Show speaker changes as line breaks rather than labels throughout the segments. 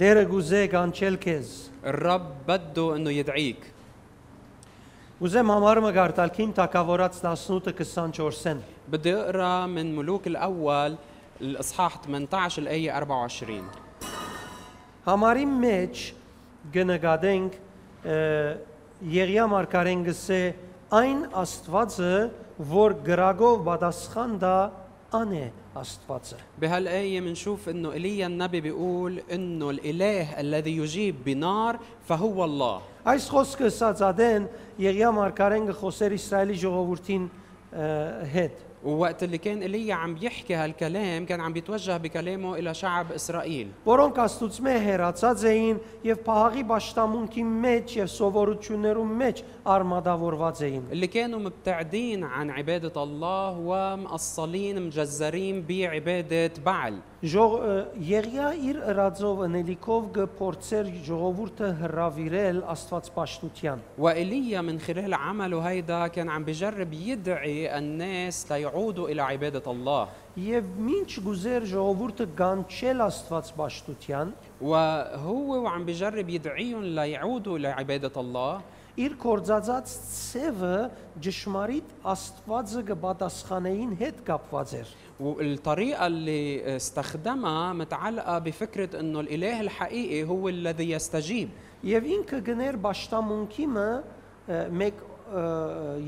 Դերը գուզե կանչել քեզ։
الرب بده انه يدعيك
Ուզեմ համարումը գարտալքին Թակավորած 18:24-ն։
بدي اقرا من ملوك الاول الاصحاح 18 الايه 24
Համարի մեջ գնկադենք ը, Եղիա մարգարեն գսե այն Աստվածը, որ գրագով պատասխան դա անե Աստվածը։
بهالآية منشوف إنه إيليا النبي بيقول إنه الإله الذي يجيب بنار فهو الله
Այս խոսքը սածադեն Եղիա մարգարեն գխոսեր Իսրայելի ժողովրդին ը, հետ։
ووقت اللي كان إيليا عم يحكي هالكلام كان عم بيتوجه بكلامه إلى شعب إسرائيل
որոնք աստուծմե հերացած էին եւ փահաղի աշտամունքի մեջ եւ սովորություններու մեջ արմադավորված էին
اللي كانوا مبتعدين عن عبادة الله ومقصلين مجزرين بعبادة بعل
Ժող ը, Եղիա իր ըրաձով ընելիքով կփորձեր ժողովուրդը հրավիրել Աստվածպաշտության։
وإيليا من خلال عمله هيدا كان عم بجرب يدعي الناس ليعودوا إلى عبادة الله
Եվ ինչ գուզեր ժողովուրդը գանչել Աստվածպաշտության,
وهو وعم بجرب يدعيهم ليعودوا لعبادة الله
իր կորձածած ցևը ճշմարիտ Աստվածը կպատասխանեին հետ կապված էր։
والطريقة اللي استخدمها متعلقة بفكرة انه الاله الحقيقي هو الذي يستجيب
Եվ ինքը գներ աշտամունքիմը ը, մեկ ը,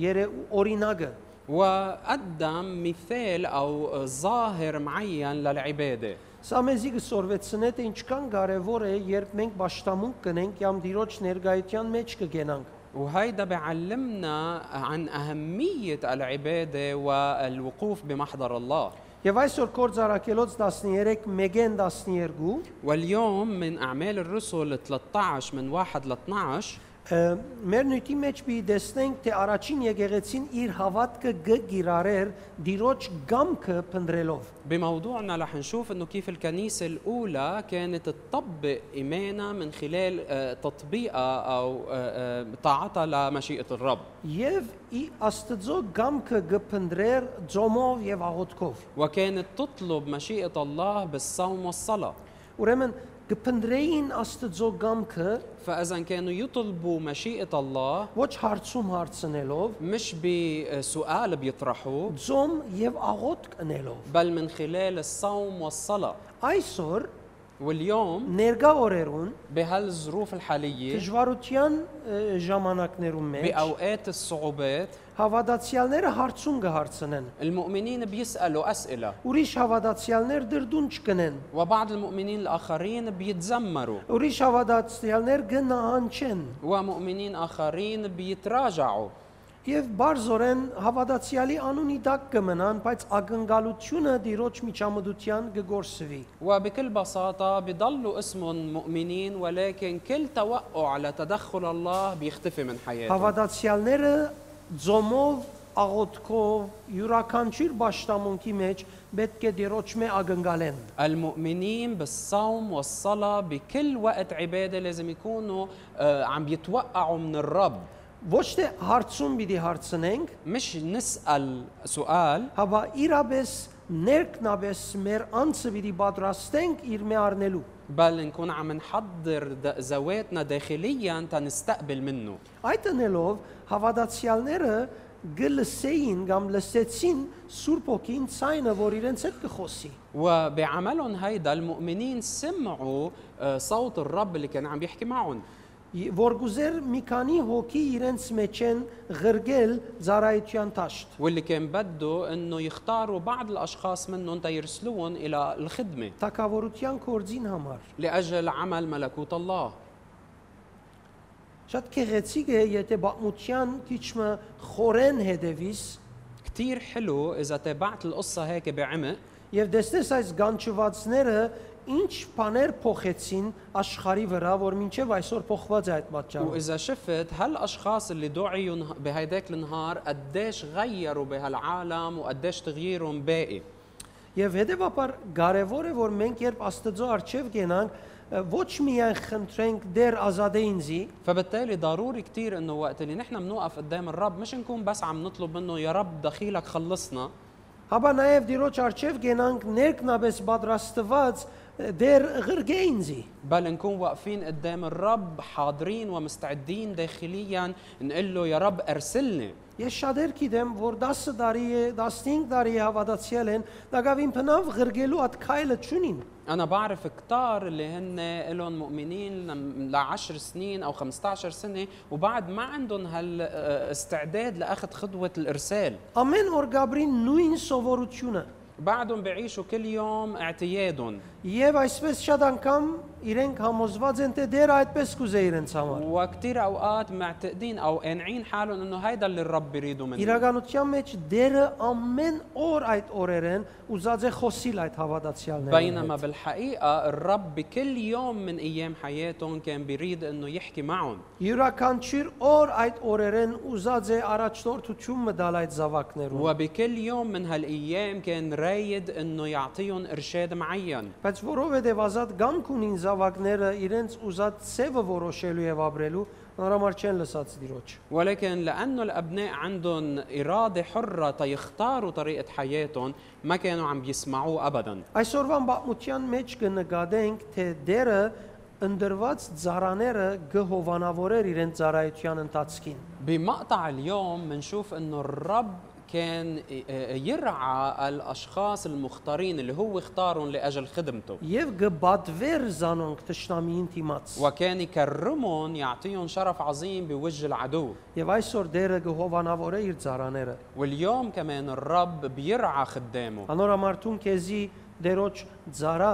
երը օրինակը
وقدم مثال او ظاهر معين للعبادة
Սա մեզի կսորվեցնե թե ինչքան կարևոր է երբ մենք աշտամունք կնենք կամ դիրոջ ներգայության մեջ կգենանք։
وهيدا بيعلمنا عن أهمية العبادة والوقوف بمحضر الله
Եվ այսօր կորցարակելոց 13 մեգեն 12
واليوم من أعمال الرسل 13 من 1 ل 12
ը, մեր նույնի մեջ մի տեսնենք թե առաջին եկեղեցին իր հավատքը գիրարեր դիրոջ գամքը փնդրելով։
بموضوعنا رح نشوف انه كيف الكنيسه الاولى كانت تطبق ايمانها من خلال آه، تطبيقها او آه، آه، طاعتها لمشيئه الرب
Եվ ի Աստծո գամքը գփնդրեր ծոմով եւ աղոթքով։
وكانت تطلب مشيئه الله بالصوم والصلاه
Ուրեմն գփնդրեին Աստծո գամքը
فاذا كانوا يطلبوا مشيئه الله
ոչ հարցում հարցնելով
مش بسؤال بيطرحوه
ձոմ եւ աղոտ կնելով
بل من خلال الصوم والصلاه
այսօր
واليوم
ներկա օրերուն
بهالظروف الحاليه
դժվարության ը, ժամանակներում մեջ
باوقات الصعوبات
հավատացյալները հարցում կհարցնեն
المؤمنين بيسالوا اسئله
ուրիշ հավատացյալներ դրդուն չկնեն
وبعض المؤمنين الآخرين بيتذمروا
ուրիշ հավատացյալներ գնահանչեն
ومؤمنين آخرين بيتراجعوا
եւ բարձորեն հավատացյալի անունի տակ կմնան բայց ակնկալությունը դիրոջ միջամդության կգործվի
وبكل بساطة بضلوا اسمهم مؤمنين ولكن كل توقع على تدخل الله بيختفي من حياتهم
Հավատացյալները ծոմով աղոթքով յուրաքանչյուր աշտամունքի մեջ պետք է դերոճմե ագնկալեն։
المؤمنين بالصوم والصلاة بكل وقت عبادة لازم يكونوا آه، عم بيتوقعوا من الرب
Ոչ թե հարցում պիտի հարցնենք,
مش نسأل سؤال
հավա իրապես ներքնաբես մեր անձը պիտի պատրաստենք իր մե առնելու։
بل نكون عم نحضر د- ذواتنا داخليا تنستقبل منه
Այդ ընելով հավատացյալները գլսեին կամ լսեցին Սուրբ Օքին ցայնը, որ իրենց հետ կխոսի։
وبعملهم هيدا المؤمنين سمعوا آه، صوت الرب اللي كان عم يحكي معهم
Որգուզեր մի քանի հոգի իրենց մեջ են ղրգել ծառայության ճաշտ։
واللي كان بده انه يختاروا بعض الاشخاص منهم تيرسلوهم الى الخدمه
Թակավորության կորձին համար։
لاجل عمل ملكوت الله
Շատ քեղեցիկ է, եթե բամության քիչը խորեն հետևիս
كتير حلو اذا تابعت القصه هيك بعمق
եւ դեսնես այս գանչվածները ինչ բաներ փոխեցին աշխարի վրա, որ մինչեւ այսօր փոխված է այդ պատճառով։
واذا شفت هالاشخاص اللي دعيوا نه- بهيداك النهار قديش غيروا بهالعالم وقديش تغييرهم باقي
Եվ հետեւաբար կարեւոր է, որ մենք երբ Աստծո արչեւ գենանք, ոչ միայն խնդրենք դեր ազատե ինձի,
فبالتالي ضروري كتير انه وقت اللي نحن بنوقف قدام الرب مش نكون بس عم نطلب منه يا رب دخيلك خلصنا
Հաբա նաև դիրոջ արջև գենանք ներքնաբես պատրաստված դեր ղրգեինզի
بل نكون واقفين قدام الرب حاضرين ومستعدين داخليا نقول له يا رب ارسلني
Ես շատեր գիտեմ, որ 10 տարի է, 15 տարի է հավատացել են, դակավին փնավ ղրգելու այդ քայլը չունին։
انا بعرف كتار اللي هن لهم مؤمنين لم- لعشر سنين او 15 سنه وبعد ما عندهم هالاستعداد لاخذ خطوه الارسال
Ամեն օր Գաբրին նույն սովորությունը։
بعدهم بعيشوا كل يوم اعتيادهم
Եվ այսպես շատ անգամ իրենք համոզված են, թե դեր այդպես կուզե իրենց համար։
وكتير اوقات معتقدين او قانعين حالهم انه هيدا اللي الرب بيريده منهم
Իրականության մեջ դերը ամեն օր այդ օրերեն ուզած է խոսիլ այդ հավատացյալներին։
بينما بالحقيقه الرب بكل يوم من ايام حياتهم كان بيريد انه يحكي معهم
Յուրաքանչյուր օր այդ օրերեն ուզած է առաջնորդություն մտալ այդ զավակներուն։
وبكل يوم من هالايام كان رايد انه يعطيهم ارشاد معين
Բայց որովհետև ազատ գամք ունին զավակները իրենց ուզած ծևը որոշելու եւ ապրելու, նորմալ չեն լսած դիրոջ։
ولكن لانه الابناء عندهم اراده حره تيختاروا طريقه حياتهم ما كانوا عم بيسمعوه ابدا
Այսօրվան բացմության մեջ կնկատենք, թե դերը ընդրված ծառաները գհովանավորեր իրենց ծառայության ընթացքին։
بمقطع اليوم بنشوف انه الرب كان آه، يرعى الاشخاص المختارين اللي هو اختارهم لاجل خدمته
Եվ գբատվեր զանոնք ճշտամիին դիմաց։
وكان يكرمهم يعطيهم شرف عظيم بوجه العدو
Եվ այսօր դերը գհովանավորե իր ծառաները։
واليوم كمان الرب بيرعى خدامه
Անորամարտուն քեզի դերոջ ծառա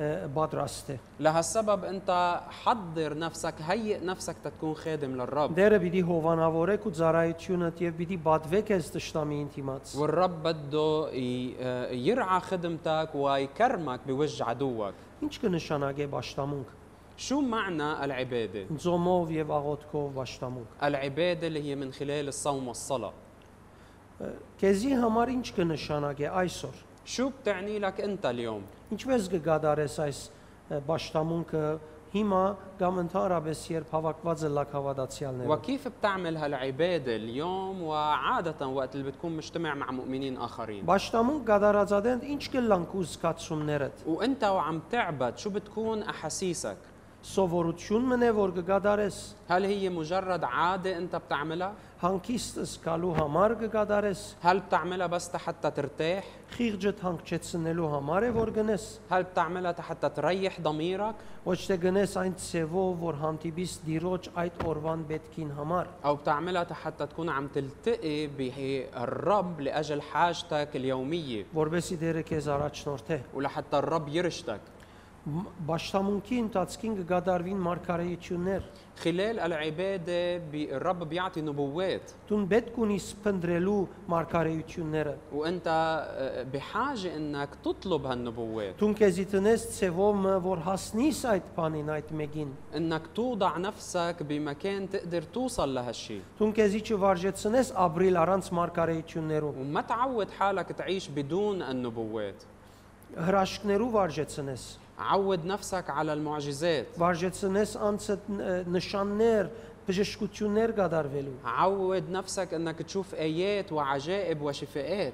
ը, պատրաստ է։
لهالسبب انت حضر نفسك هيئ نفسك تتكون خادم للرب
Դերը պիտի հովանավորեք ու ծառայությունդ եւ պիտի բատվեք այս ճշտամիին դիմաց։
والرب بده ي- آه، يرعى خدمتك ويكرمك بوجه عدوك
Ինչ կնշանակե աշտամունք։
شو معنى العباده
Ձոմով եւ աղոթքով աշտամունք։
العباده اللي هي من خلال الصوم والصلاه
Քեզի համար ինչ կնշանակե այսօր։
شو بتعني لك انت اليوم
Ինչպես կգադարես այս աշտամունքը հիմա կամ ընդհանրապես երբ հավաքված է լակ հավատացյալները։
وكيف بتعمل هالعباده اليوم وعاده وقت اللي بتكون مجتمع مع مؤمنين اخرين
Աշտամունք կդարածադեն ինչ կլանք ու զգացումներդ։
وانت وعم تعبد شو بتكون احاسيسك
Սովորություն մնե որ կգադարես,
هل هي مجرد عاده انت بتعملها
հանգիստ զգալու համար կգադարես,
هل بتعملها بس حتى ترتاح
խիղճդ հանգչեցնելու համար է որ գնես։
هل بتعملها حتى تريح ضميرك
Ոչ թե գնես այն ցևով, որ հանդիպիս դիրոջ այդ օրվան պետքին համար։
او بتعملها حتى تكون عم تلتقي بالرب لاجل حاجتك اليوميه
որբեսի դերը քեզ առաջնորդե
ولحتى الرب يرشدك
Բաշտամունքի ընթացքին կգադարվին մարգարեություններ
خلال العباده بي الرب بيعطي نبوات
դուն պետք ունիս փնտրելու մարգարեությունները
وانت آه، بحاجه انك تطلب هالنبوات
դուն քեզի տնես ցևով մը, որ հասնիս այդ բանին այդ մեկին
انك توضع نفسك بمكان تقدر توصل لهالشيء
դուն քեզի չվարժեցնես ապրիլ առանց մարգարեություններով
وما تعود حالك تعيش بدون النبوات
հրաշքներով վարժեցնես
عود نفسك على المعجزات
վարժեցնես անցդ ն- նշաններ բժշկություններ կդարվելու
عود نفسك انك تشوف ايات وعجائب وشفاءات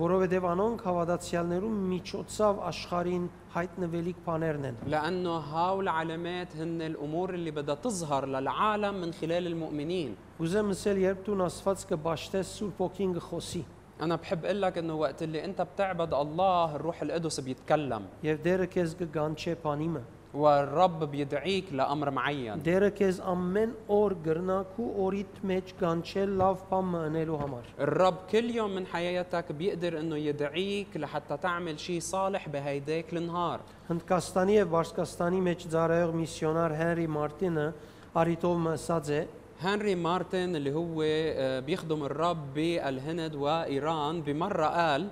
որովհետև անոնք հավատացյալներու միջոցով աշխարհին հայտնվելիք բաներն են
لانه هاو العلامات هن الامور اللي بدها تظهر للعالم من خلال المؤمنين
Ուզեմ ասել, երբ դու ասված կբաշտես Սուրբ Օքին գխոսի,
انا بحب اقول لك انه وقت اللي انت بتعبد الله الروح القدس بيتكلم
եւ դերը քեզ կգանչե բանիմը։
والرب بيدعيك لامر معين
Դերը քեզ ամեն օր գրնակու օրիթ մեջ գանչել լավ բան մնելու համար։
الرب كل يوم من حياتك بيقدر انه يدعيك لحتى تعمل شيء صالح بهيداك النهار
Հնդկաստանի եւ Բարսկաստանի մեջ ծառայող միսիոնար Հենրի Մարտինը արիտով ասած է,
هنري مارتن اللي هو آه، بيخدم الرب بالهند وايران بمره قال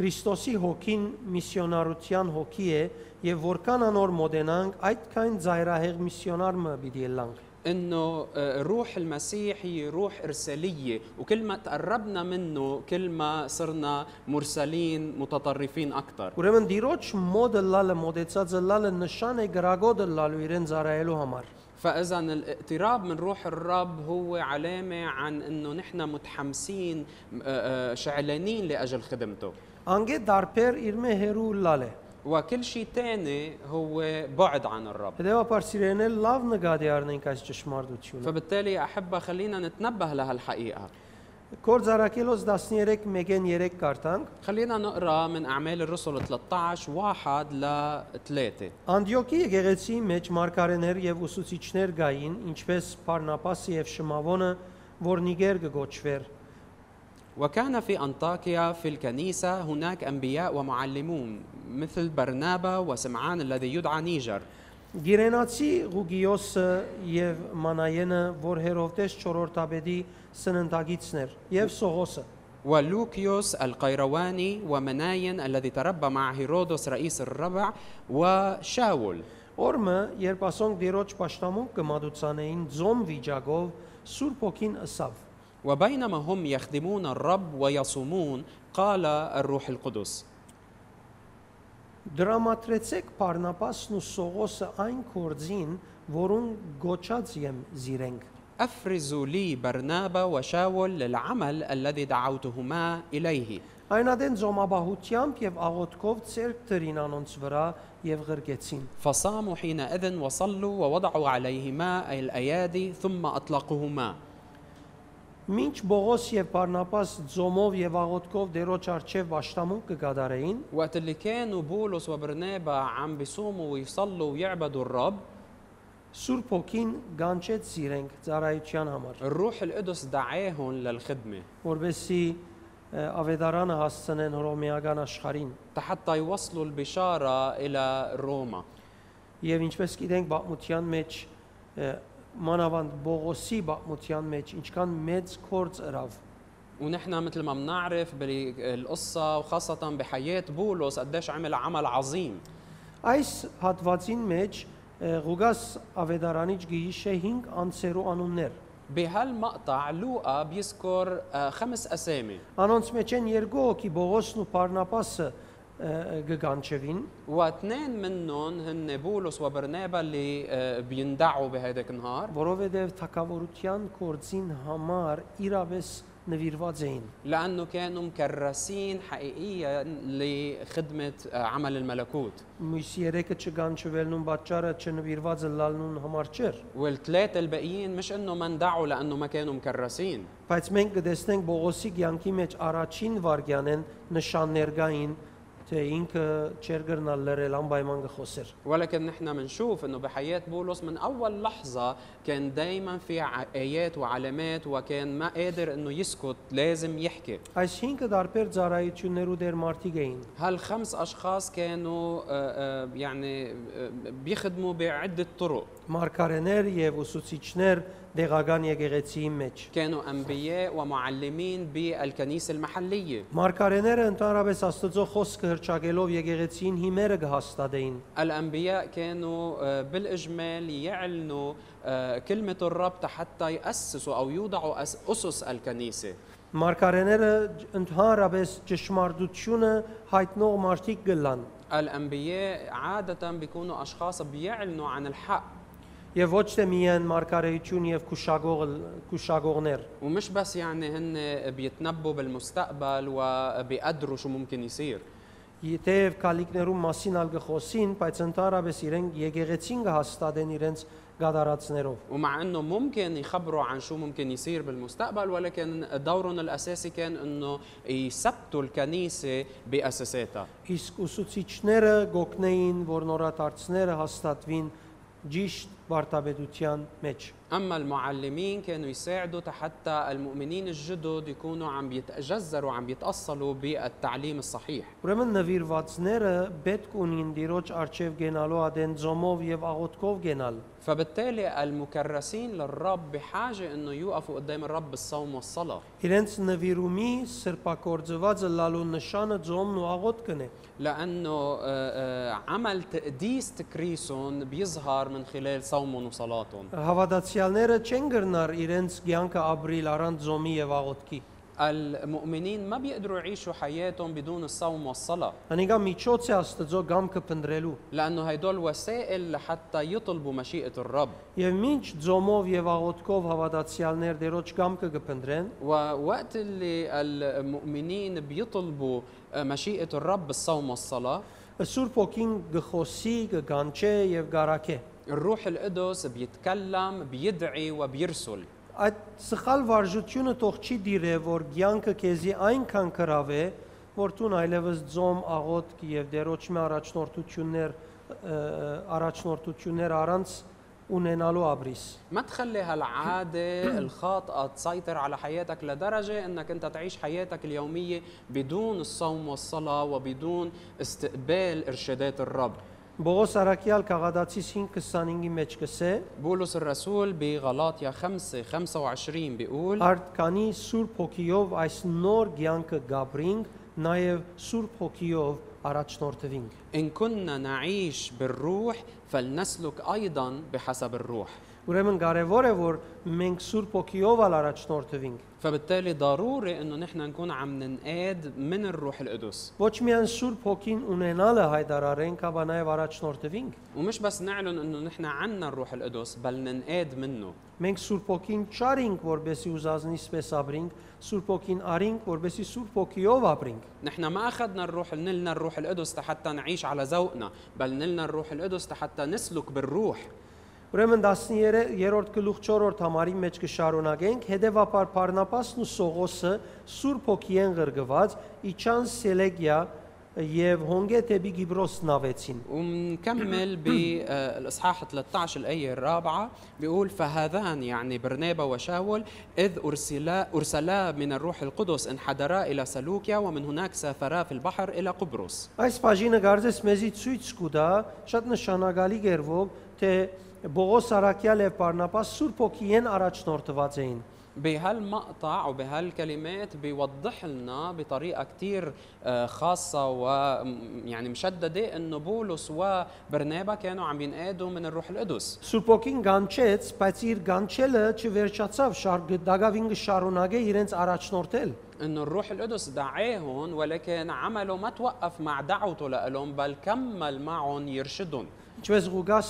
Քրիստոսի հոգին միսիոնարության հոգի է եւ որքան անոր մոդենանք, այդքան ծայրահեղ միսիոնար մը պիտի լանք։
انه آه، روح المسيح هي روح ارساليه وكل ما تقربنا منه كل ما صرنا مرسلين متطرفين اكثر
Ուրեմն դիրոջ մոդը լալը մոդեցածը լալը նշան է գրագոդը լալու իրեն ծառայելու համար։
فاذا الاقتراب من روح الرب هو علامه عن انه نحن متحمسين آه، آه، شعلانين لاجل خدمته
Անգե դարբեր իր մե հերու լալ է։
وكل شيء ثاني هو بعد عن الرب
Հետևաբար սիրելիներ լավ նկատի առնենք այս ճշմարտությունը։
فبالتالي يا أحبة خلينا نتنبه لهالحقيقة
Կորձարակելոց 13:1-3 կարդանք։
خلينا نقرا من أعمال الرسل 13 واحد ل 3
Անդիոքի եկեղեցի մեջ մարգարեներ եւ ուսուցիչներ գային, ինչպես Պարնապասը եւ Շմավոնը, որ Նիգեր կգոչվեր։
وكان في أنطاكيا في الكنيسة هناك أنبياء ومعلمون مثل برنابا وسمعان الذي يدعى نيجر
Գիրենացի Ղուգիոսը եւ Մանայենը, որ Հերովտես 4-րդաբեդի սննդագիցն էր, եւ Սողոսը։
ولوكيوس القيرواني ومناين الذي تربى مع هيرودس رئيس الربع وشاول
Օրը, երբ ասոնք դիրոջ պաշտամուն կմադուցանեին ձոմ վիճակով, Սուրբ ոգին ըսավ։
وبينما هم يخدمون الرب ويصومون قال الروح القدس
Դրամատրեցեք Պարնապասն ու Սողոսը այն կորձին, որուն գոչած եմ զիրենք։
أفرزوا لي برنابا وشاول للعمل الذي دعوتهما إليه
Այնադեն զոմաբահությամբ եւ աղոթքով ծերք դրին անոնց վրա եւ ղրկեցին։
فصاموا حينئذ وصلوا ووضعوا عليهما الأيادي ثم أطلقهما
Մինչ Բողոս եւ Բարնապաս ձոմով եւ աղոթքով դերոջ արչեւ աշտամուն կգադարեին,
وقت اللي كانوا بولس وبرنابا عم بيصوموا ويصلوا ويعبدوا الرب
Սուրբ ոգին գանչեց զիրենք ծառայության համար,
الروح القدس دعاهم للخدمة
որովհետեւ ավետարանը հասցնեն հռոմեական աշխարհին։
حتى يوصلوا البشارة إلى روما
Եվ ինչպես գիտենք, բաղմության մեջ ը, մանավանդ Բողոսի բաղմության մեջ ինչքան մեծ կորց ըրավ։
ونحن مثل ما بنعرف بالقصة وخاصة بحياة بولس قديش عمل عمل عظيم
Այս հատվածին մեջ ը, Ղուգաս Ավետարանիչ գիհիշե 5 անցերու անուններ։
بهالمقطع لوقا بيذكر آه، خمس أسامي
Անոնց մեջ են երկու հոգի Բողոսն ու Պարնապասը ը, գգանչևին,
واثنين منهم هن بولس وبرنابا اللي آه، بيندعوا بهيداك النهار
որովհետև թակավորության կորցին համար իրավես նվիրված էին։
لانه كانوا مكرسين حقيقيا لخدمه آه، عمل الملكوت
Մույս երեքը չգանչվելնուն պատճառը չնվիրվածը լալնուն համար չէր,
والثلاثه الباقيين مش انه ما اندعوا لانه ما كانوا مكرسين
բայց մենք կտեսնենք Բողոսի ցանկի մեջ առաջին վարգյանեն նշաններ կային, թե ինքը չեր գրնալ լրել անպայման կխոսեր։
ولكن نحن بنشوف انه بحياه بولس من اول لحظه كان دائما في ع- ايات وعلامات وكان ما قادر انه يسكت لازم يحكي
Այս 5 տարբեր ծառայություններու դեր մարդիկ էին։
هالخمس اشخاص كانوا آه، آه، يعني آه، بيخدموا بعده طرق
Մարգարեներ եւ ուսուցիչներ դեղական եկեղեցիի մեջ։
كانوا انبياء ومعلمين بالكنيسه المحليه
Մարգարեները ընդհանրապես Աստծո խոսքը հրճակելով եկեղեցին հիմերը կհաստատեին։
الأنبياء كانوا آه، بالإجمال يعلنوا آه، كلمة الرب حتى يأسسوا أو يوضعوا أس- أسس الكنيسة
Մարգարեները ընդհանրապես ճշմարտությունը հայտնող մարդիկ գլան
الأنبياء عادة بيكونوا أشخاص بيعلنوا عن الحق
եւ ոչ թե միայն մարգարեություն եւ քուշագող քուշագողներ։
ومش بس يعني هن بيتنبوا بالمستقبل وبيقدروا شو ممكن يصير
Եթեև քալիկներու մասին ալ գխոսին, բայց ընդհանրապես իրենք եկեղեցին կհաստատեն իրենց գադարածներով։
ومع انه ممكن يخبروا عن شو ممكن يصير بالمستقبل ولكن دورهم الاساسي كان انه يثبتوا الكنيسه باساساتها
Իսկ ուսուցիչները գոգնեին, որ նորատարցները հաստատվին ճիշտ վարտաբեդության մեջ։
أما المعلمين كانوا يساعدوا حتى المؤمنين الجدد يكونوا عم يتجذروا عم يتأصلوا بالتعليم الصحيح
Ուրեմն նվիրվածները պետք ունին դիրոջ արչև գենալու ադեն ձոմով եւ աղոթքով գենալ։
فبالتالي المكرسين للرب بحاجة أنه يوقفوا قدام الرب بالصوم والصلاة
Իրենց նվիրումի սրբակորձվածը լալու նշանը ձոմն ու աղոթքն է։
لأنه آه، آه، عمل تقديس تكريسهم بيظهر من خلال صومهم وصلاتهم
Հավատացյալները չեն գրնար իրենց ցանկը ապրիլ առանց ձոմի եւ աղոթքի։
المؤمنين ما بيقدروا يعيشوا حياتهم بدون الصوم والصلاة
Անիկա միջոց է Աստծո գամքը փնտրելու։
لأنه هيدول وسائل لحتى يطلبوا مشيئة الرب
Եվ ինչ ձոմով եւ աղոթքով հավատացյալներ դերոջ գամքը կփնտրեն,
ووقت اللي المؤمنين بيطلبوا مشيئة الرب بالصوم والصلاة
Սուրբ ոգին գխոսի, գգանչե եւ գարակե։
الروح القدس بيتكلم بيدعي وبيرسل
Այդ սխալ վարժությունը թող չի դիրե, որ ցանկը քեզի այնքան կրավե, որ դու այլևս ծոմ, աղոտ եւ դերոճմի առաջնորդություններ ը, առաջնորդություններ առանց ունենալու աբրիս։
ما تخلي هالعادة الخاطئة تسيطر على حياتك لدرجة انك انت تعيش حياتك اليومية بدون الصوم والصلاة وبدون استقبال ارشادات الرب
Բողոս Արաքյալ Կաղադացիս 5:25-ի մեջ կսե.
بولس الرسول بغلاطيا 5 25
آه.
بيقول
Արդկանի Սուրբ Հոգիով այս նոր ցանկը գաբրինգ, նաև Սուրբ Հոգիով առաջնորդվինք։
ان كنا نعيش بالروح فلنسلك ايضا بحسب الروح
Ուրեմն կարևոր է որ մենք Սուրբ Հոգիով ալ առաջնորդվինք։
فبالتالي ضروري انه نحن نكون عم ننقاد من الروح القدس
Ոչ միայն Սուրբ Հոգին ունենալը հայտարարենք, ապա նաև առաջնորդվինք։
ومش بس نعلن انه نحن عنا الروح القدس بل ننقاد منه
Մենք Սուրբ Հոգին չարինք, որբեսի ուզազնիցպես ապրինք, Սուրբ Հոգին արինք, որբեսի Սուրբ Հոգիով ապրինք։
نحن ما اخذنا الروح نلنا الروح القدس حتى نعيش على ذوقنا بل نلنا الروح القدس حتى نسلك بالروح
Ուրեմն 13-րդ գլուխ 4-րդ համարի մեջ կշարունակենք հետևաբար Փառնապասն ու Սողոսը Սուրբ Հոգիեն ղրգված իջան Սելեգիա եւ Հոնգետեբի Գիբրոս նավեցին։
ومنكمل بالاصحاح 13 الايه الرابعه بيقول فهذان يعني برنابا وشاول اذ ارسلا ارسلا من الروح القدس انحدرا الى سلوكيا ومن هناك سافرا في البحر الى قبرص
Այս բաժինը գարձես մեզի ցույց կտա շատ նշանակալի գերվով թե Բողոս Արաքյալ եւ Փառնապաս Սուրբ Հոգիեն առաջնորդված էին։
بهالمقطع وبهالكلمات بيوضح لنا بطريقه كثير خاصه ويعني مشدده انه يعني بولس وبرنابا كانوا عم ينقادوا من الروح القدس
Սուրբ Հոգին գանչեց, բայց իր գանչելը չվերջացավ, շարք դագավինը շարունակե իրենց առաջնորդել։
انه الروح القدس دعاهم ولكن عمله ما توقف مع دعوته لهم بل كمل معهم يرشدهم
Ինչպես Ղուգաս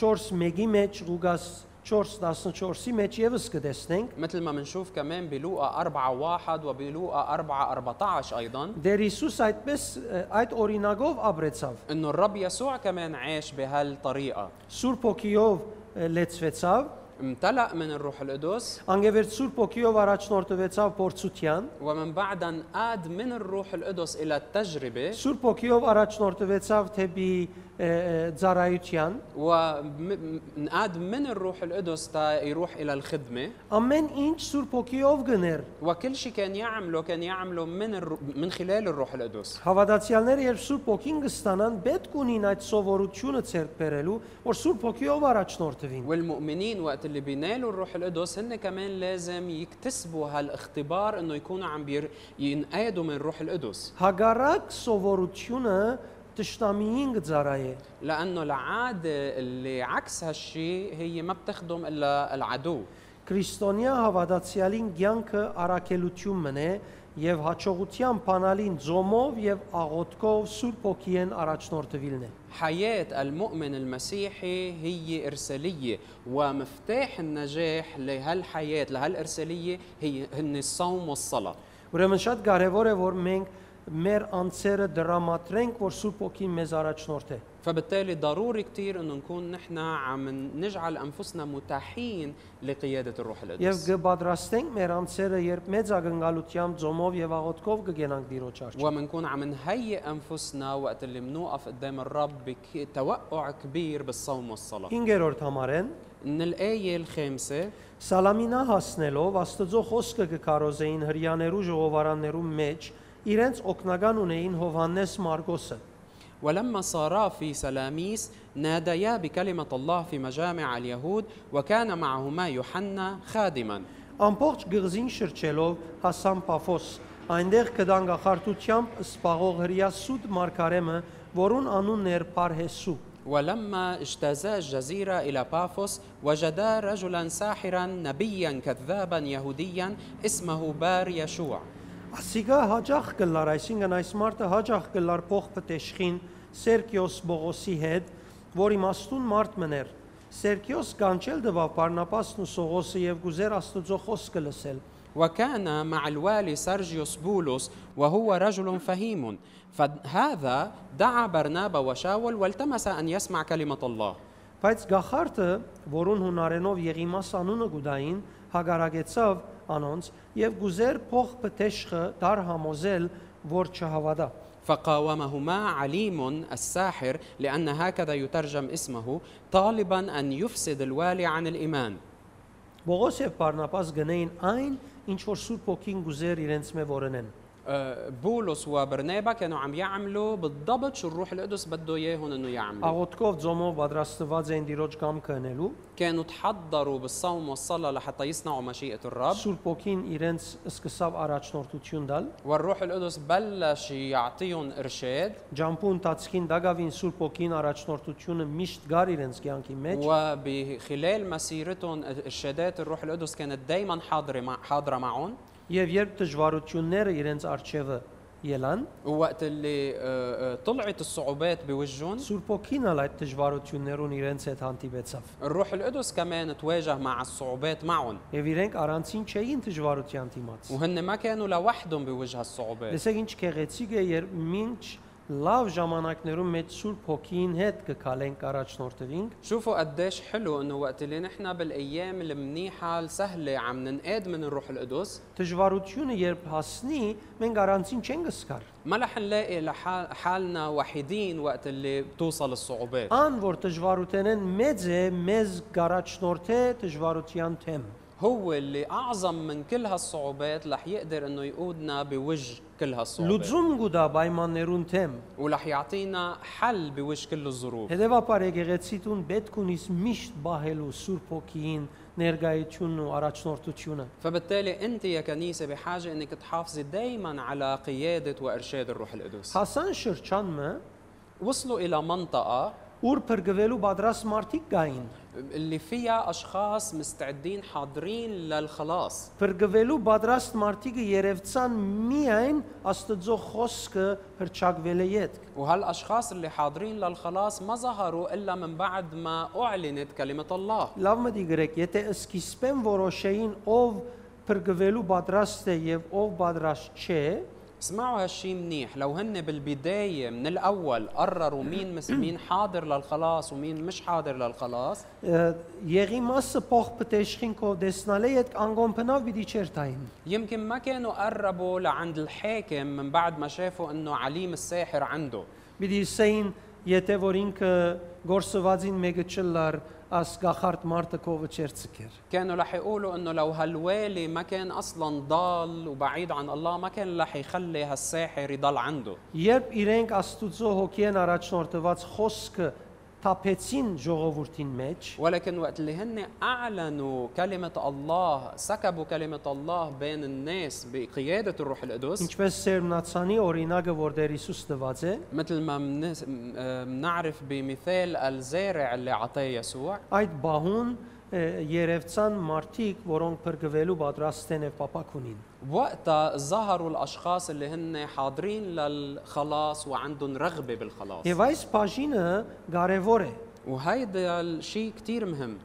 4:1-ի մեջ, Ղուգաս 4:14-ի մեջ եւս կտեսնենք,
مثل ما منشوف كمان بلوقا 4 واحد وبلوقا 4 14 ايضا
դեր Հիսուս այդպես ը, այդ օրինակով ապրեցավ։
انه الرب يسوع كمان عاش بهالطريقه
Սուրբ ոգիով ը, լեցվեցավ,
امتلأ من الروح القدس
անգևերտ Սուրբ ոգիով առաջնորդվեցավ փորձության,
ومن بعد انقاد من الروح القدس الى التجربه
Սուրբ ոգիով առաջնորդվեցավ թեպի ը, ը, ծառայության։
وانقاد من الروح القدس تا يروح الى الخدمه
Ամեն ինչ Սուրբ ոգիով գներ։
وكل شيء كان يعمله كان يعمله من الرو... من خلال الروح القدس
Հավատացյալները երբ Սուրբ ոգին կստանան, պետք ունին այդ սովորությունը ցերկ բերելու, որ Սուրբ ոգիով առաջնորդվին։
والمؤمنين وقت اللي بينالوا الروح القدس هن كمان لازم يكتسبوا هالاختبار انه يكونوا عم بير... ينقادوا من الروح القدس
Հագարակ սովորությունը ճշտամիին գծարայե։
لانه العاده اللي عكس هالشيء هي ما بتخدم الا العدو
Քրիստոնյա հավատացյալին ցանկը առաքելություն մնե եւ հաջողության բանալին ծոմով եւ աղոթքով Սուրբ Հոգիեն առաջնորդվիլն է։
حياة المؤمن المسيحي هي إرسالية ومفتاح النجاح لهالحياة لهالإرسالية هي هن الصوم والصلاة
Ուրեմն շատ կարեւոր է որ մենք մեր անձերը դրամատրենք, որ Սուրբ Հոգին մեզ առաջնորդի։
فبالتالي ضروري كتير انه نكون نحن عم نجعل انفسنا متاحين لقياده الروح
Եվ
القدس
կբադրաստենք մեր անձերը, երբ մեծ ագնկալությամբ ծոմով եւ աղոթքով կգենանք Տիրոջ արչի։
ومنكون عم نهيئ انفسنا وقت اللي منوقف قدام الرب بتوقع كبير بالصوم والصلاه
5-րդ համարեն
من الايه الخامسه
Սալամինա հասնելով Աստծո խոսքը կկարոզեին հрьяաներու ժողովարաններու մեջ իրենց օկնական ունեին Հովանես Մարգոսը
ولما صارا في سلاميس ناديا بكلمه الله في مجامع اليهود وكان معهما يوحنا خادما
ամբողջ գղզին շրջելով հասան Պաֆոս այնտեղ կդան գախարտությամբ սպաղող հрья Սուտ Մարգարեմը որուն անունն էր Փարհեսու
ولما اجتازا الجزيرة إلى بافوس وجدا رجلا ساحرا نبيا كذابا يهوديا اسمه بار يشوع
ասիկա հաջախ կլար այսինքն այս մարդը հաջախ կլար փողփտեշխին Սերկիոս Բողոսի հետ որ իմաստուն մարդ մներ Սերկիոս կանչել դվա Պարնապասն ու Սողոսը եւ գուզեր Աստծո խոսքը լսել
وكان مع الوالي سيرجيوس بولس وهو رجل فهيم فهذا دعا برنابا وشاول والتمس أن يسمع كلمة الله
Բայց գախարտը, որուն հունարենով Եղիմաս անունը գուդային, հագարագեցավ անոնց եւ գուզեր փող փտեշը դար համոզել, որ չհավատա։
فقاومهما عليم الساحر لأن هكذا يترجم اسمه طالبا أن يفسد الوالي عن الإيمان
Բողոս եւ Բարնապաս գնային այն, ինչ որ Սուրբ Օքին գուզեր իրենց մե որոնեն։
آه، بولس وبرنابا كانوا عم يعملوا بالضبط شو الروح القدس بده اياهم انه يعملوا
Աղոտկով ծոմով պատրաստված էին դիրոջ կամքը ընելու։
كانوا تحضروا بالصوم والصلاه لحتى يصنعوا مشيئه الرب
Սուրբ Օքին իրենց սկսավ առաջնորդություն տալ։
والروح القدس بلش يعطيهم ارشاد
Ջամփու ընթացքին դակավին Սուրբ Օքին առաջնորդությունը միշտ գար իրենց կյանքի մեջ։
وبخلال مسيرتهم ارشادات الروح القدس كانت دائما حاضره مع حاضره معهم
Եվ երբ դժվարությունները իրենց արջևը ելան,
ووقت اللي آه، آه، طلعت الصعوبات بوجههم
Սուրբ Օքին ալ այդ դժվարություններուն իրենց հետ հանդիպեցավ։
الروح القدس كمان تواجه مع الصعوبات معهم
Եվ իրենք առանցին չէին դժվարության դիմաց։
وهن ما كانوا لوحدهم بوجه الصعوبات
Լսեք ինչ քեղեցիկ է երբ մինչ լավ ժամանակներում մեջ Սուրբ Օքին հետ կգալենք առաջնորդվենք,
شوفوا قديش حلو انه وقت اللي نحن بالايام المنيحه السهله عم ننقاد من الروح القدس
դժվարությունը երբ հասնի, մենք առանցին չենք գսկար։
ما رح نلاقي لحال- حالنا وحيدين وقت اللي بتوصل الصعوبات
Ան որ դժվարութենեն մեծ է, մեզ գարաչնորթե դժվարության թեմ։
هو اللي اعظم من كل هالصعوبات رح يقدر انه يقودنا بوجه كل هالصعوبات
Լուծում գուտա պայմաններուն թեմ։
ورح يعطينا حل بوجه كل الظروف
Հետևաբար եկեղեցիտուն պետք ունիս միշտ բահելու Սուրբ Օքին ներգայությունն ու առաջնորդությունը։
فبالتالي انت يا كنيسه بحاجه انك تحافظي دائما على قياده وارشاد الروح القدس
Հասան շրջանը
وصلوا الى منطقه
ուր բրգվելու պատրաստ մարդիկ կային։
اللي فيها اشخاص مستعدين حاضرين للخلاص
Բրգվելու պատրաստ մարդիկը երևցան միայն Աստծո խոսքը հրճակվել է իդ։
وهالاشخاص اللي حاضرين للخلاص ما ظهروا الا من بعد ما اعلنت كلمه الله
Լավ մտի գրեք, եթե սկիզբեն որոշեին ով բրգվելու պատրաստ է եւ ով պատրաստ չէ,
اسمعوا هالشي منيح لو هن بالبدايه من الاول قرروا مين مس مين حاضر للخلاص ومين مش حاضر للخلاص
ը, եղի մասը փող պտեշքին կո դեսնալե իդ անգոն բնավ պիտի չերտային։
يمكن ما كانوا قربوا لعند الحاكم من بعد ما شافوا انه عليم الساحر عنده
Պիտի սեին, եթե որ ինքը գործվածին մեկը չլար, աս գախարտ մարդը կովը չերցկեր։
كانوا رح يقولوا انه لو هالوالي ما كان اصلا ضال وبعيد عن الله ما كان رح يخلي هالساحر يضل عنده
Երբ իրենք Աստուծո հոգին առաջնորդված խոսքը տապեցին ժողովրդին մեջ,
ولكن وقت اللي هن اعلنوا كلمه الله سكبوا كلمه الله بين الناس بقياده الروح القدس
ինչպես Սերմնացանի օրինակը, որ Տեր Հիսուս տված է,
مثل ما منس- م- آه، منعرف بمثال الزارع اللي عطاه يسوع
այդ բահուն ը, երևցան մարդիկ, որոնք բրգվելու պատրաստ են եւ պապակ ունին։
وقتها ظهروا الاشخاص اللي هن حاضرين للخلاص وعندهم رغبه بالخلاص
Եվ այս բաժինը կարևոր է։
وهيدا الشيء كتير مهم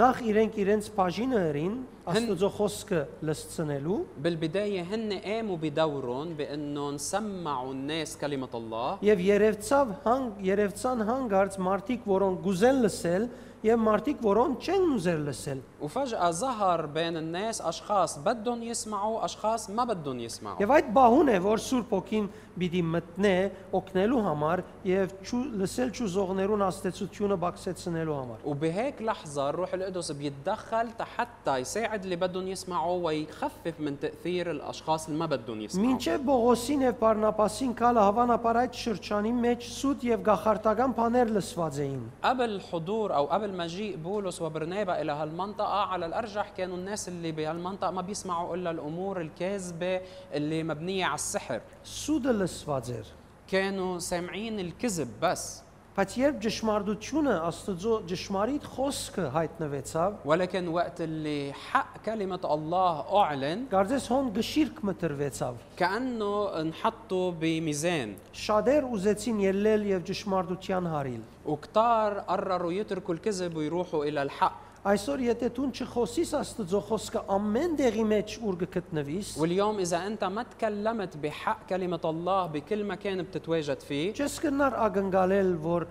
Նախ իրենք իրենց բաժինը հրին Աստուծո խոսքը լսցնելու
بالبدايه هن قاموا بدورهم بانهم سمعوا الناس كلمه الله
Եվ երևցավ հան երևցան հանգարց մարդիկ, որոնք գուզեն լսել, եւ մարդիկ, որոնք չեն ուզեր լսել։
وفجأة ظهر بين الناس أشخاص بدهم يسمعوا أشخاص ما بدهم يسمعوا
Եվ այդ բահուն է, որ Սուրբ Օքին պիտի մտնե օգնելու համար եւ չու, լսել ճուզողներուն աստեցությունը բացեցնելու համար։
وبهيك لحظة الروح القدس بيتدخل حتى يساعد اللي بدهم يسمعوا ويخفف من تأثير الأشخاص اللي ما بدهم يسمعوا
Մինչև Բողոսին եւ Բարնապասին կալը հավանաբար այդ շրջանի մեջ սուտ եւ գախարտական բաներ լսված էին։
قبل حضور أو قبل مجيء بولس وبرنابا إلى هالمنطقة على الأرجح كانوا الناس اللي بهالمنطقة ما بيسمعوا إلا الأمور الكاذبة اللي مبنية على السحر
Սուտը լսված էր։
كانوا سامعين الكذب بس
Բայց երբ ճշմարտությունը Աստծո ճշմարիտ խոսքը հայտնվեցավ,
ولكن وقت اللي حق كلمة الله أعلن
Կարծես հոն գշիրք մտրվեցավ։
كأنه انحطوا بميزان
Շատեր ուզեցին ելնել եւ ճշմարտության հարիլ։
وكتار قرروا يتركوا الكذب ويروحوا إلى الحق
Այսօր եթե դու չխոսիս Աստծո խոսքը ամեն դեղի մեջ ուր գտնվիս,
واليوم إذا أنت ما تكلمت بحق كلمة الله بكل مكان بتتواجد فيه
չես կնար ակնկալել, որ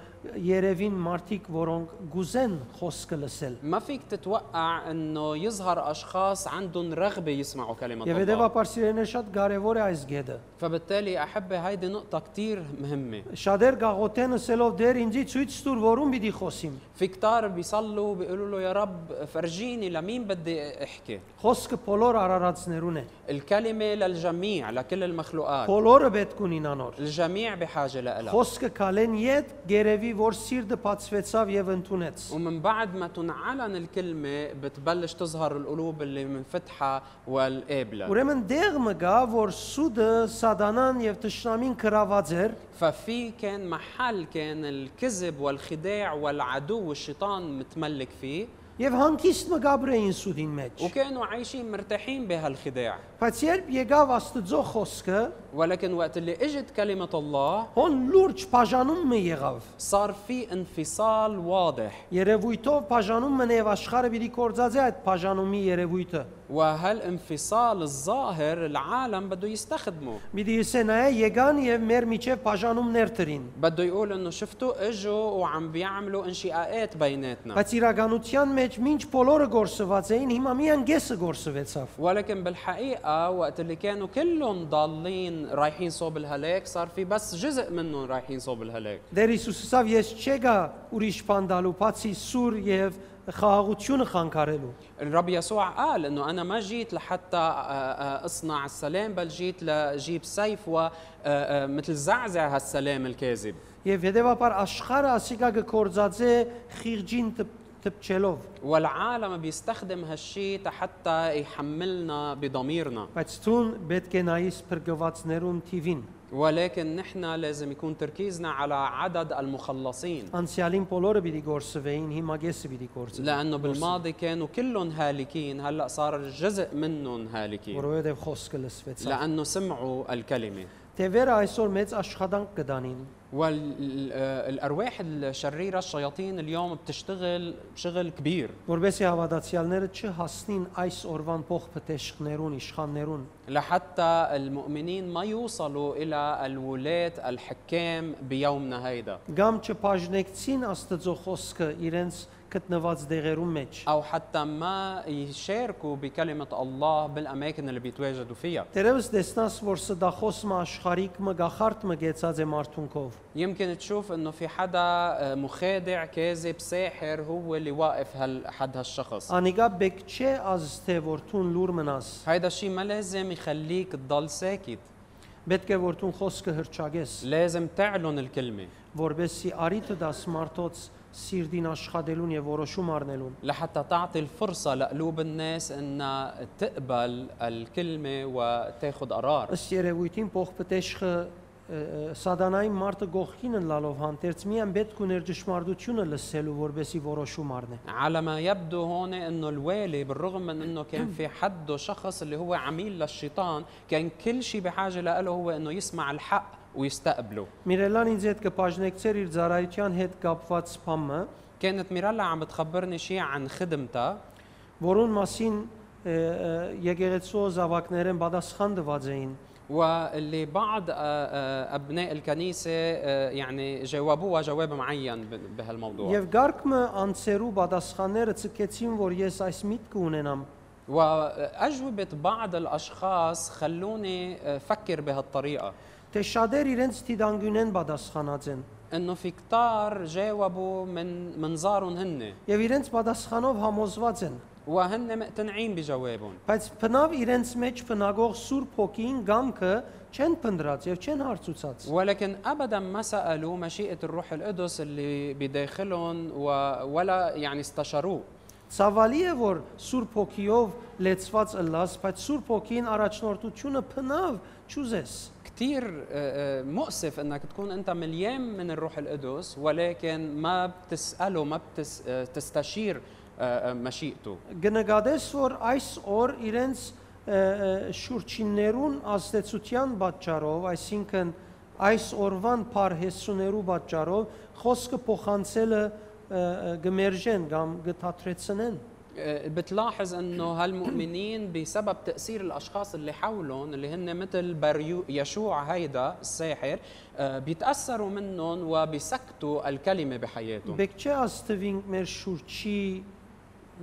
երևին մարդիկ, որոնք գուզեն խոսքը լսել։
ما فيك تتوقع انه يظهر اشخاص عندهم رغبه يسمعوا كلمه
Եվ
الله
հետևաբար սիրելիներ շատ կարևոր է այս գեդը։
فبالتالي احبي هيدي نقطه كثير مهمه
Շատեր գաղութեն ասելով դեր ինձի ցույց տուր, որում պիտի խոսիմ։
في كتار بيصلوا بيقولوا له يا رب فرجيني لمين بدي احكي
Խոսքը բոլոր արարածներուն է։
الكلمه للجميع لكل المخلوقات
Բոլորը պետք ունին անոր։
الجميع بحاجه لها
Խոսքը կալեն իդ գերեւի, որ սիրտը բացվեցավ եւ ընդունեց։
ومن بعد ما تنعلن الكلمه بتبلش تظهر القلوب اللي منفتحه والقابله
Ուրեմն դեղ մգա, որ սուդը սադանան եւ տշնամին կրաված էր,
ففي كان محل كان الكذب والخداع والعدو والشيطان متملك فيه
Եվ հանգիստ մգաբրեին սուդին մեջ։
وكانوا عايشين مرتاحين بهالخداع
Բայց երբ եկավ Աստծո խոսքը,
ولكن وقت اللي اجت كلمة الله
հոն լուրջ բաժանում մը եղավ։
صار في انفصال واضح
Երևույթով բաժանում մն եւ աշխարհը պիտի կործածի այդ բաժանումի երևույթը։
وهالانفصال الظاهر العالم بده يستخدمه
Պիտի իսենայ եկան եւ մեր միջև բաժանումներ դրին։
بده يقول انه شفتوا اجوا وعم بيعملوا انشقاقات بيناتنا
Բայց իրականության մեջ ինչ բոլորը գործված էին, հիմա միան գեսը գործվեցավ։
ولكن بالحقيقة وقت اللي كانوا كلهم ضالين رايحين صوب الهلاك صار في بس جزء منهم رايحين صوب الهلاك
Դեր Հիսուսով ես չեգա ուրիշ բան դալու, բացի սուր եւ խաղաղությունը խանգարելու։
الرب يسوع قال انه انا ما جيت لحتى آه، آه، اصنع السلام بل جيت لجيب سيف ومثل زعزع هالسلام الكاذب
Եվ հետևաբար աշխարհը ասիկա կործածե խիղճին տպ- տպչելով,
والعالم بيستخدم هالشيء حتى يحملنا بضميرنا
բայց ցուն պետք է նայիս բրգվածներուն TV-ին,
ولكن نحن لازم يكون تركيزنا على عدد المخلصين
անցյալին բոլորը պիտի գործվեին, հիմա գեսը պիտի գործվի,
لانه بالماضي كانوا كلهم هالكين هلا صار جزء منهم هالكين
որովհետև խոսքը լսվեց։
لانه سمعوا الكلمه
Տևերը այսօր մեծ աշխատանք կդանին։
والارواح الشريره الشياطين اليوم بتشتغل شغل كبير
Որբեսի հավատացյալները չհասնին այս օրվան փող փտեշքներուն, իշխաններուն,
لحتى المؤمنين ما يوصلوا الى الولاة الحكام بيومنا هيدا
կամ չբաժնեկցին Աստծո խոսքը իրենց գտնված դեղերում մեջ։
او حتى ما يشاركوا بكلمه الله بالاماكن اللي بيتواجدوا فيها
Տերևս տեսնաս, որ սդախոսը աշխարհիկ մը գախարտ մը գեցած է մարդունքով։
يمكن تشوف انه في حدا مخادع كاذب ساحر هو اللي واقف هال حد هالشخص
Անիկա բեք չէ ազթե որ ցուն լուր մնաս։
هيدا الشيء ما لازم يخليك تضل ساكت
Պետք է որ ցուն խոսքը հրճագես,
لازم تعلن الكلمه
որբեսի արիտը դաս մարդոց սիրդին աշխատելուն եւ որոշում առնելուն։
لحتى تعطي الفرصة لقلوب الناس انها تقبل الكلمة وتاخد قرار
Ըստ երևույթին փողպտեշը սադանայի մարդը գողքին լալով հանդերց միան պետք ուներ ճշմարտությունը լսելու որբեսի որոշում առնե։
على ما يبدو هون انه الوالي بالرغم من انه كان في حده شخص اللي هو عميل للشيطان كان كل شيء بحاجة له هو انه يسمع الحق ويستقبله
Միրելան ինձ հետ կբաժնեկցեր իր ծառայության հետ կապված փամը,
كانت ميرالا عم تخبرني شيء عن خدمتها
որոն մասին ը, ը, եկեղեցու զավակներեն պատասխան տված էին։
واللي بعض آه، آه، ابناء الكنيسه آه، يعني جاوبوها جواب معين ب- بهالموضوع
Եվ Գարկմը անցերու պատասխանները ցկեցին, որ ես այս միտքը ունենամ։
وأجوبة بعض الأشخاص خلوني فكر بهالطريقة
Թե շատեր իրենց դիդանգունեն պատասխանած են։
إنه في كتار جاوبوا من منظارهم هن
Եվ իրենց պատասխանով համոզված են։
وهن مقتنعين بجوابهم
Բայց բնավ իրենց մեջ բնագող Սուրբ Հոգին գամքը չեն փնդրած եւ չեն հարցուցած։
ولكن ابدا ما سالوا مشيئه الروح القدس اللي بداخلهم و- ولا يعني استشاروه
Ցավալի է, որ Սուրբ Հոգիով լեցված ըլլաս, բայց Սուրբ Հոգին առաջնորդությունը բնավ ճուզես։
كثير آه، مؤسف انك تكون انت مليان من الروح القدس ولكن ما بتساله ما بتس- آه، تستشير آه، آه، مشيئته
Գնկադես, որ այս օր իրենց ը, ը, շուրջիններուն աստեցության պատճառով, այսինքն այս օրվան բարհեսուներու պատճառով խոսքը փոխանցելը ը, գմերժեն կամ գթաթրեցնեն։
آه، بتلاحظ انه هالمؤمنين بسبب تاثير الاشخاص اللي حولهم اللي هن مثل بريو يشوع هيدا الساحر آه، بيتاثروا منهم وبيسكتوا الكلمه بحياتهم
Բեք չէ աստվինք մեր շուրջի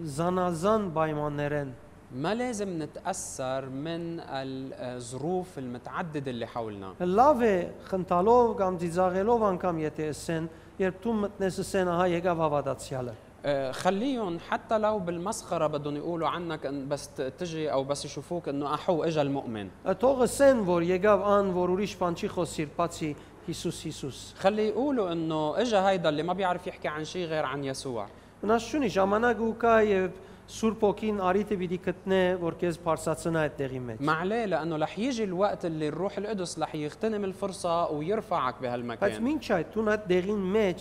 զանազան պայմաններեն։
ما لازم نتاثر من الظروف المتعدده اللي حولنا
Լավ է խնդալով կամ ծիծաղելով անգամ եթե ասեն, երբ դու մտնես ասեն, ահա եկավ հավատացյալը։
آه، خليهم حتى لو بالمسخره بدهم يقولوا عنك إن بس ت- تجي او بس يشوفوك انه احو اجى المؤمن
Թող ասեն, որ եկավ ան, որ ուրիշ բան չի խոսիր, բացի Հիսուս Հիսուս։
خلي يقولوا انه اجى هيدا اللي ما بيعرف يحكي عن شيء غير عن يسوع
Մնաս չունի ժամանակ ու կա եւ Սուրբ ոգին արիտը պիտի գտնե, որ քեզ բարձացնա այդ տեղի մեջ։
معليه لانه رح يجي الوقت اللي الروح القدس رح يغتنم الفرصه ويرفعك
Բայց
بهالمكان
մինչ այդ դու այդ դերին մեջ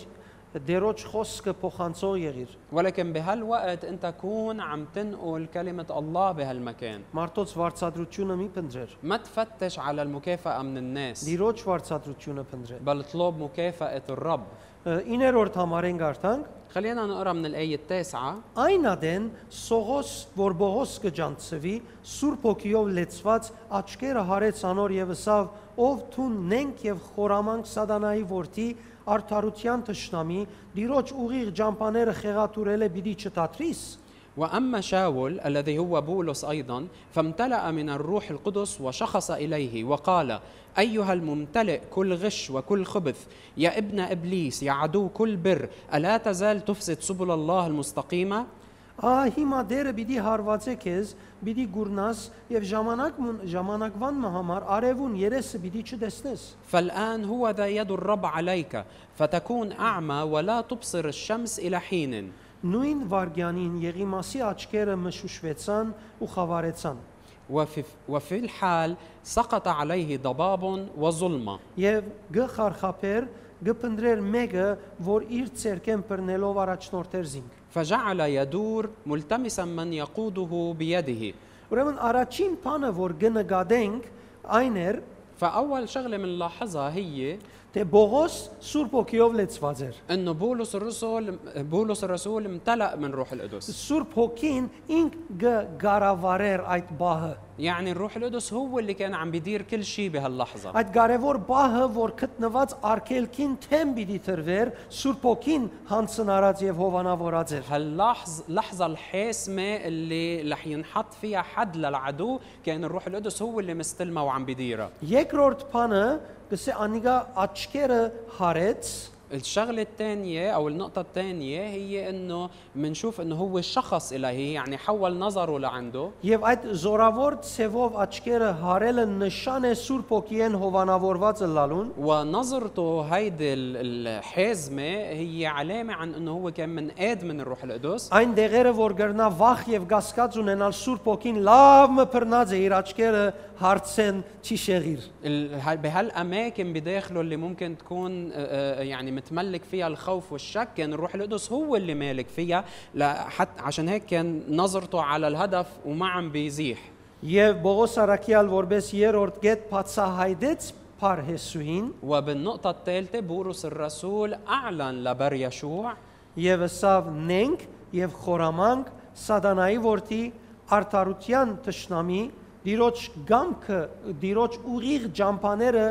դերոջ խոսքը փոխանցող եղիր։
ولكن بهالوقت انت كون عم تنقل كلمه الله بهالمكان
Մարդոց վարչադրությունը մի փնջեր։
ما تفتش على المكافاه من الناس
Դիրոջ վարչադրությունը փնջեր։
بل اطلب مكافاه الرب
9-րդ համարենք արդանք։
خلينا نقرا من الايه التاسعه
Այնադեն Սողոս, որ Բողոս կջանցվի, Սուրբ ոգիով լեցված աչքերը հարեց անոր եւ ասավ, ով թուն նենք եւ խորամանկ սադանայի որդի արդարության ճշնամի, դիրոջ ուղիղ ճամփաները խեղաթուրել է բիդի չտատրիս։
واما شاول الذي هو بولس ايضا فامتلا من الروح القدس وشخص اليه وقال ايها الممتلئ كل غش وكل خبث يا ابن ابليس يا عدو كل بر الا تزال تفسد سبل الله المستقيمه
Ահա հիմա դերը պիտի հարվածե քեզ, պիտի գուրնաս եւ ժամանակ մուն- ժամանակվան համար արևուն երեսը պիտի չտեսնես։
فالان هو ذا يد الرب عليك فتكون اعمى ولا تبصر الشمس الى حين
Նույն վարգյանին Եղիմասի աչքերը մշուշվեցան ու խավարեցան։
وفي, وفي الحال سقط عليه ضباب وظلمه
Եվ գխարխապեր գփնդրեր մեկը, որ իր ցերկեն բռնելով առաջնորդեր զինք։
فجعل يدور ملتمسا من يقوده بيده
Ուրեմն առաջին բանը, որ գնկադենք, այն էր,
فأول شغلة بنلاحظها هي
թե Բողոս Սուրբ ոգիով լեցված էր։
انه بولس الرسول بولس الرسول امتلأ من روح القدس،
Սուրբ ոգին ինք գարավարեր այդ բահը։
يعني الروح القدس هو اللي كان عم بيدير كل شيء بهاللحظة،
Այդ կարևոր բահը, որ գտնված արկելքին թեմ պիտի թրվեր, Սուրբ ոգին հանցնարած եւ հովանավորած էր։
هاللحظة اللحظة الحاسمة اللي رح ينحط فيها حد للعدو كان الروح القدس هو اللي مستلمها وعم بيديرها،
Երկրորդ բանը, գսե անիկա աչքերը հարեց
الشغلة الثانية أو النقطة الثانية هي انه بنشوف انه هو شخص إلهي يعني حول نظره لعنده
Եվ այդ զորավոր ցևով աչքերը հարելը նշան է Սուրբ ոգիեն հովանավորվածը լալուն,
ونظرته هيدي ال- الحازمة هي علامة عن انه هو كان منقاد من الروح القدس
այն դեղերը, որ գրնա վախ եւ գասկած ունենալ Սուրբ ոգին լավ մբռնած է իր աչքերը հարցեն չի շեղիր։
ال- هال- بهالاماكن بداخله اللي ممكن تكون آه، آه، يعني متملك فيها الخوف والشك كان الروح القدس هو اللي مالك فيها لحتى عشان هيك كان نظرته على الهدف وما عم بيزيح
Եվ Բողոս Արաքյալ որպես երրորդ գետ բացահայտեց Փարհեսուին
وبالنقطة الثالثة بولس الرسول أعلن لبر يشوع
եւ ասավ նենք եւ խորամանկ սատանայի որդի արդարության ճշնամի դիրոջ գամքը դիրոջ ուղիղ ճամփաները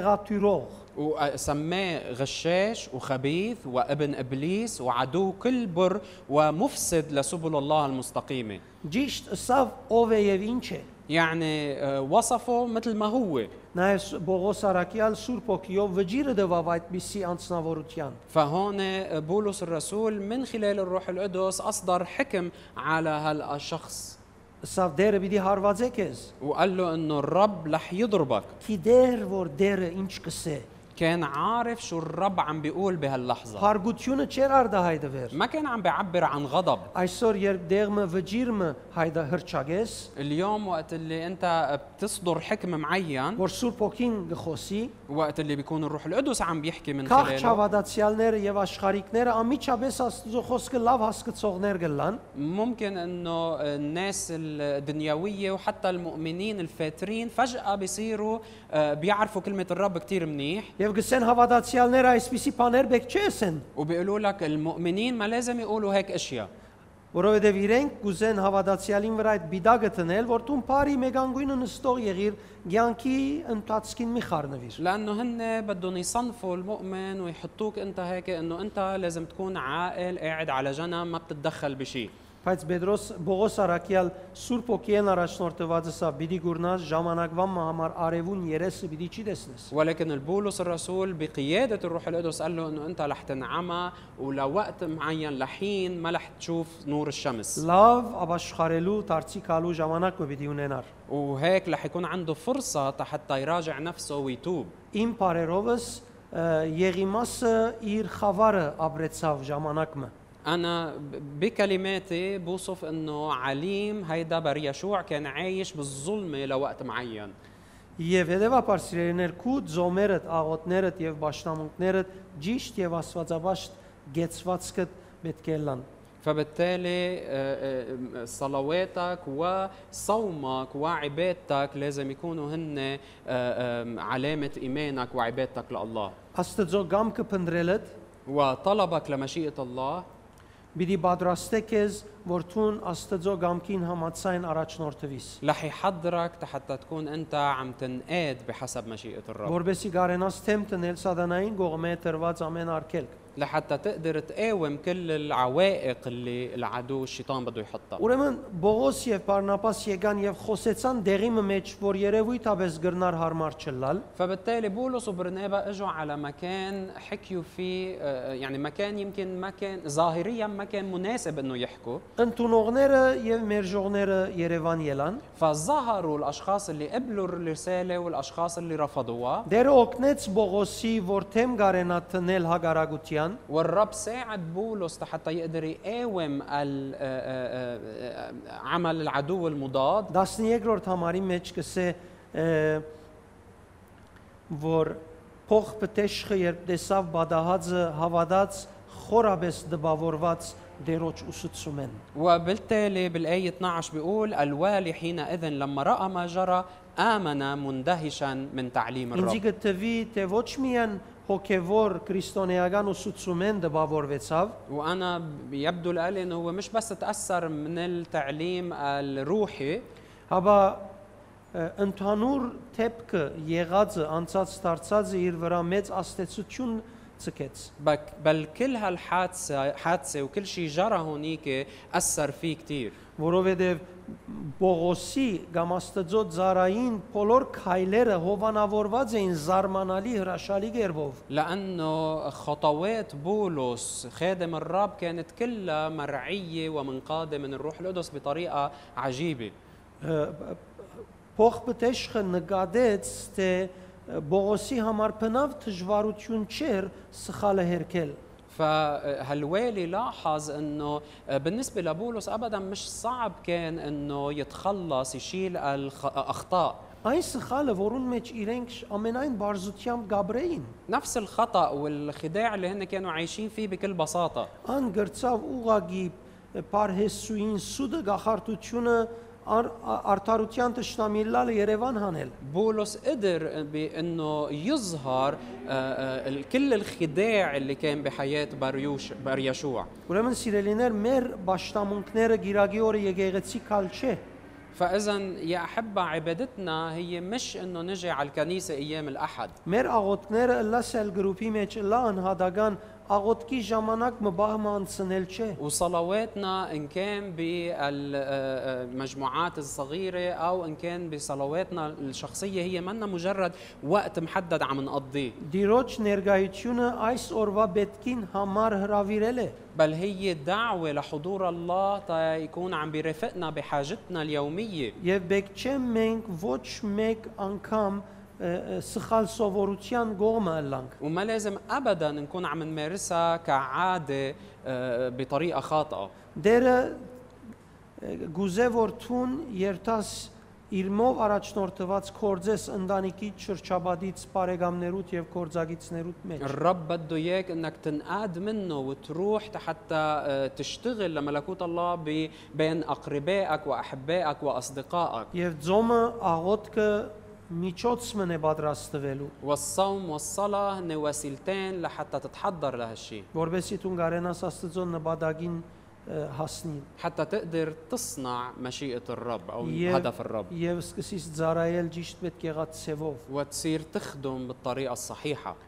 խեղաթյուրող
وسماه غشاش وخبيث وابن إبليس وعدو كل بر ومفسد لسبل الله المستقيمة
Ճիշտ ասավ ով է եւ ինչ է։
يعني آه، وصفه مثل ما هو
Նաեւ Ս- Բողոս Արաքյալ Սուրբ ոգիով վճիրը դվավ այդպիսի անձնավորության։
فهون آه، بولس الرسول من خلال الروح القدس اصدر حكم على هالشخص
Ասավ դերը պիտի հարվածե քեզ։
وقال له انه الرب رح يضربك
Քի դեր որ դերը ինչ կսե։
كان عارف شو الرب عم بيقول بهاللحظه
Հարգությունը չեր արդահայտվեր։
ما كان عم بيعبر عن غضب
Այսօր երբ դեղը վճիրը հայդա հրճագես,
اليوم وقت اللي انت بتصدر حكم معين
որ Սուրբ ոգին գխոսի,
وقت اللي بيكون الروح القدس عم بيحكي من خلاله
քաղաքավադացիալները եւ աշխարհիկները անմիջապես Աստծո խոսքը լավ հասկացողներ գլան,
ممكن انه الناس الدنيويه وحتى المؤمنين الفاترين فجاه بيصيروا آه، بيعرفوا كلمه الرب كتير منيح
Եվ Եվ գսեն հավատացյալները այսպիսի բաներ բեք չեսեն,
وبيقولوا لك المؤمنين ما لازم يقولوا هيك اشياء
որովհետև իրենք կուզեն հավատացյալին վրա այդ բիդագը տնել, որ դու բարի մեգանգույնը նստող եղիր, ցանկի ընթացքին մի խառնվիր։
لانه هن بدهم يصنفوا المؤمن ويحطوك انت هيك انه انت لازم تكون عاقل قاعد على جنب ما بتتدخل بشيء
Բայց Պետրոս Բողոս Արաքյալ Սուրբ Օքիեն առաջնորդված սա՝ պիտի գուրնաս ժամանակվա համար արևուն երեսը պիտի չի տեսնես։
ولكن البولس الرسول بقيادة الروح القدس قال له انه انت رح تنعمى ولوقت معين لحين ما رح تشوف نور الشمس
Լավ, ապաշխարելու, դարձիկալու ժամանակ ու պիտի ունենար։
وهيك رح يكون عنده فرصة حتى يراجع نفسه ويتوب
Իմ բարերովս Եղիմասը իր խավարը ապրեցավ ժամանակը։
أنا ب- بكلماتي بوصف إنه عليم هيدا بريشوع كان عايش بالظلمة لوقت معين
Եվ հետևաբար սիրելիներ քու ձոմերդ, աղոտներդ եւ ճշտամունքներդ ճիշտ եւ աստվածաբաշտ գեցվածքը պետք է լան։
فبالتالي آه، آه، صلواتك وصومك وعبادتك لازم يكونوا هن آه، آه، علامة إيمانك وعبادتك لله
Աստծո գամքը փնդրելդ
وطلبك لمشيئة الله
Բիդի պատրաստեք ես, որ ցուն Աստծո գամքին համացայն առաջնորդվիս,
رح يحضرك حتى تكون أنت عم تنقاد بحسب مشيئة الرب
որբեսի գարենաս թեմ տնել սատանային կողմե տրված ամեն արգելք։
لحتى تقدر تقاوم كل العوائق اللي العدو الشيطان بده يحطها
Ուրեմն Բողոս եւ Բարնապաս եկան եւ խոսեցան դեղի մեջ, որ երևույթապես գրնար հարմար չլալ,
فبالتالي بولس وبرنابا اجوا على مكان حكيوا فيه آه، يعني مكان يمكن ما كان ظاهريا ما كان مناسب انه يحكوا
ընդունողները եւ մերժողները Երևան ելան։
فظهروا الاشخاص اللي قبلوا الرساله والاشخاص اللي رفضوها
Դերը օգնեց Բողոսի, որ թեմ գարենա տնել հագարագության,
والرب ساعد بولس حتى يقدر يقاوم ال- آه، آه، آه، آه، عمل العدو المضاد
13-րդ համարի մեջ կսե ը, որ փող պետեշխը երբ տեսավ բադահածը հավատաց խորաբես դպավորված դերոջ ուսուցում են
وبالتالي بالآية 12 بيقول الوالي حينئذ لما رأى ما جرى آمن مندهشا من تعليم الرب
ինձի գտվի թե ոչ միայն հոգևոր քրիստոնեական ուսուցում են դպավորվեցավ
وانا يبدو لي انه هو مش بس تاثر من التعليم الروحي
հաբա ը, ընդհանուր թեփքը եղածը անցած դարձածը իր վրա մեծ աստեցություն ցկեց
بك- بل كل هالحادثه حادثه وكل شيء جرى هونيك اثر فيه كثير
որովհետև Բողոսի կամ Աստծո ծարային բոլոր քայլերը հովանավորված էին զարմանալի հրաշալի գերբով։
لانه خطوات بولس خادم الرب كانت كلها مرعيه ومنقاده من الروح القدس بطريقه عجيبه
Փողպտեշը նկատեց, թե Բողոսի համար բնավ դժվարություն չէր սխալը հերքել,
فهالوالي لاحظ انه بالنسبه لبولس ابدا مش صعب كان انه يتخلص يشيل آه، الاخطاء
այն սխալը, որուն մեջ իրենք շ- ամենայն բարձությամբ գաբրեին,
نفس الخطأ والخداع اللي هن كانوا عايشين فيه بكل بساطة
ան գրծավ ուղագի բարհեսուին սուդը գախարտությունը ար- ա- արդարության ճշտամիլալը Երևան հանել։
بولس قدر بأنه يظهر آه، آه، ال- كل الخداع اللي كان بحياة بريوش بريشوع
Ուրեմն սիրելիներ, մեր աշտամունքները գիրագի օրը եկեղեցի կալ չէ։
فإذا يا أحبة عبادتنا هي مش إنه نجي على الكنيسة أيام الأحد
Մեր աղոտները լասել գրուպի մեջ լա անհատական աղոտքի ժամանակ մբահմա անցնել չէ։
وصلواتنا إن كان بالمجموعات الصغيرة أو إن كان بصلواتنا الشخصية هي منا مجرد وقت محدد عم نقضيه
Դիրոջ ներգայությունը այս օրվա պետքին համար հravirել է։
بل هي دعوة لحضور الله تا يكون عم بيرافقنا بحاجتنا اليومية
Եվ բեք չէ մենք ոչ մեկ անգամ ը, ը, սխալ սովորության գողմը ըլլանք։
وما لازم ابدا نكون عم نمارسها كعاده آه، بطريقه خاطئه
Դերը ը, գուզե որթուն երթաս իրմով առաջնորդված կորձես ընտանիքի շրջաբադից բարեկամներուտ եւ կորձագիցներուտ մեջ։
الرب بده اياك انك تنقاد منه وتروح حتى آه، تشتغل لملكوت الله ب- بين اقربائك واحبائك واصدقائك
Եվ ծոմը աղոտքը միջոցն է պատրաստվելու,
والصوم والصلاة هن وسيلتين لحتى تتحضر لهالشيء
որովհետեւ դու գարենաս Աստծո նպատակին ը, հասնի
حتى تقدر تصنع مشيئة الرب أو
يه-
هدف الرب
եւ սկսես ծարայել ճիշտ պետք եղած ցևով։
وتصير تخدم بالطريقة الصحيحة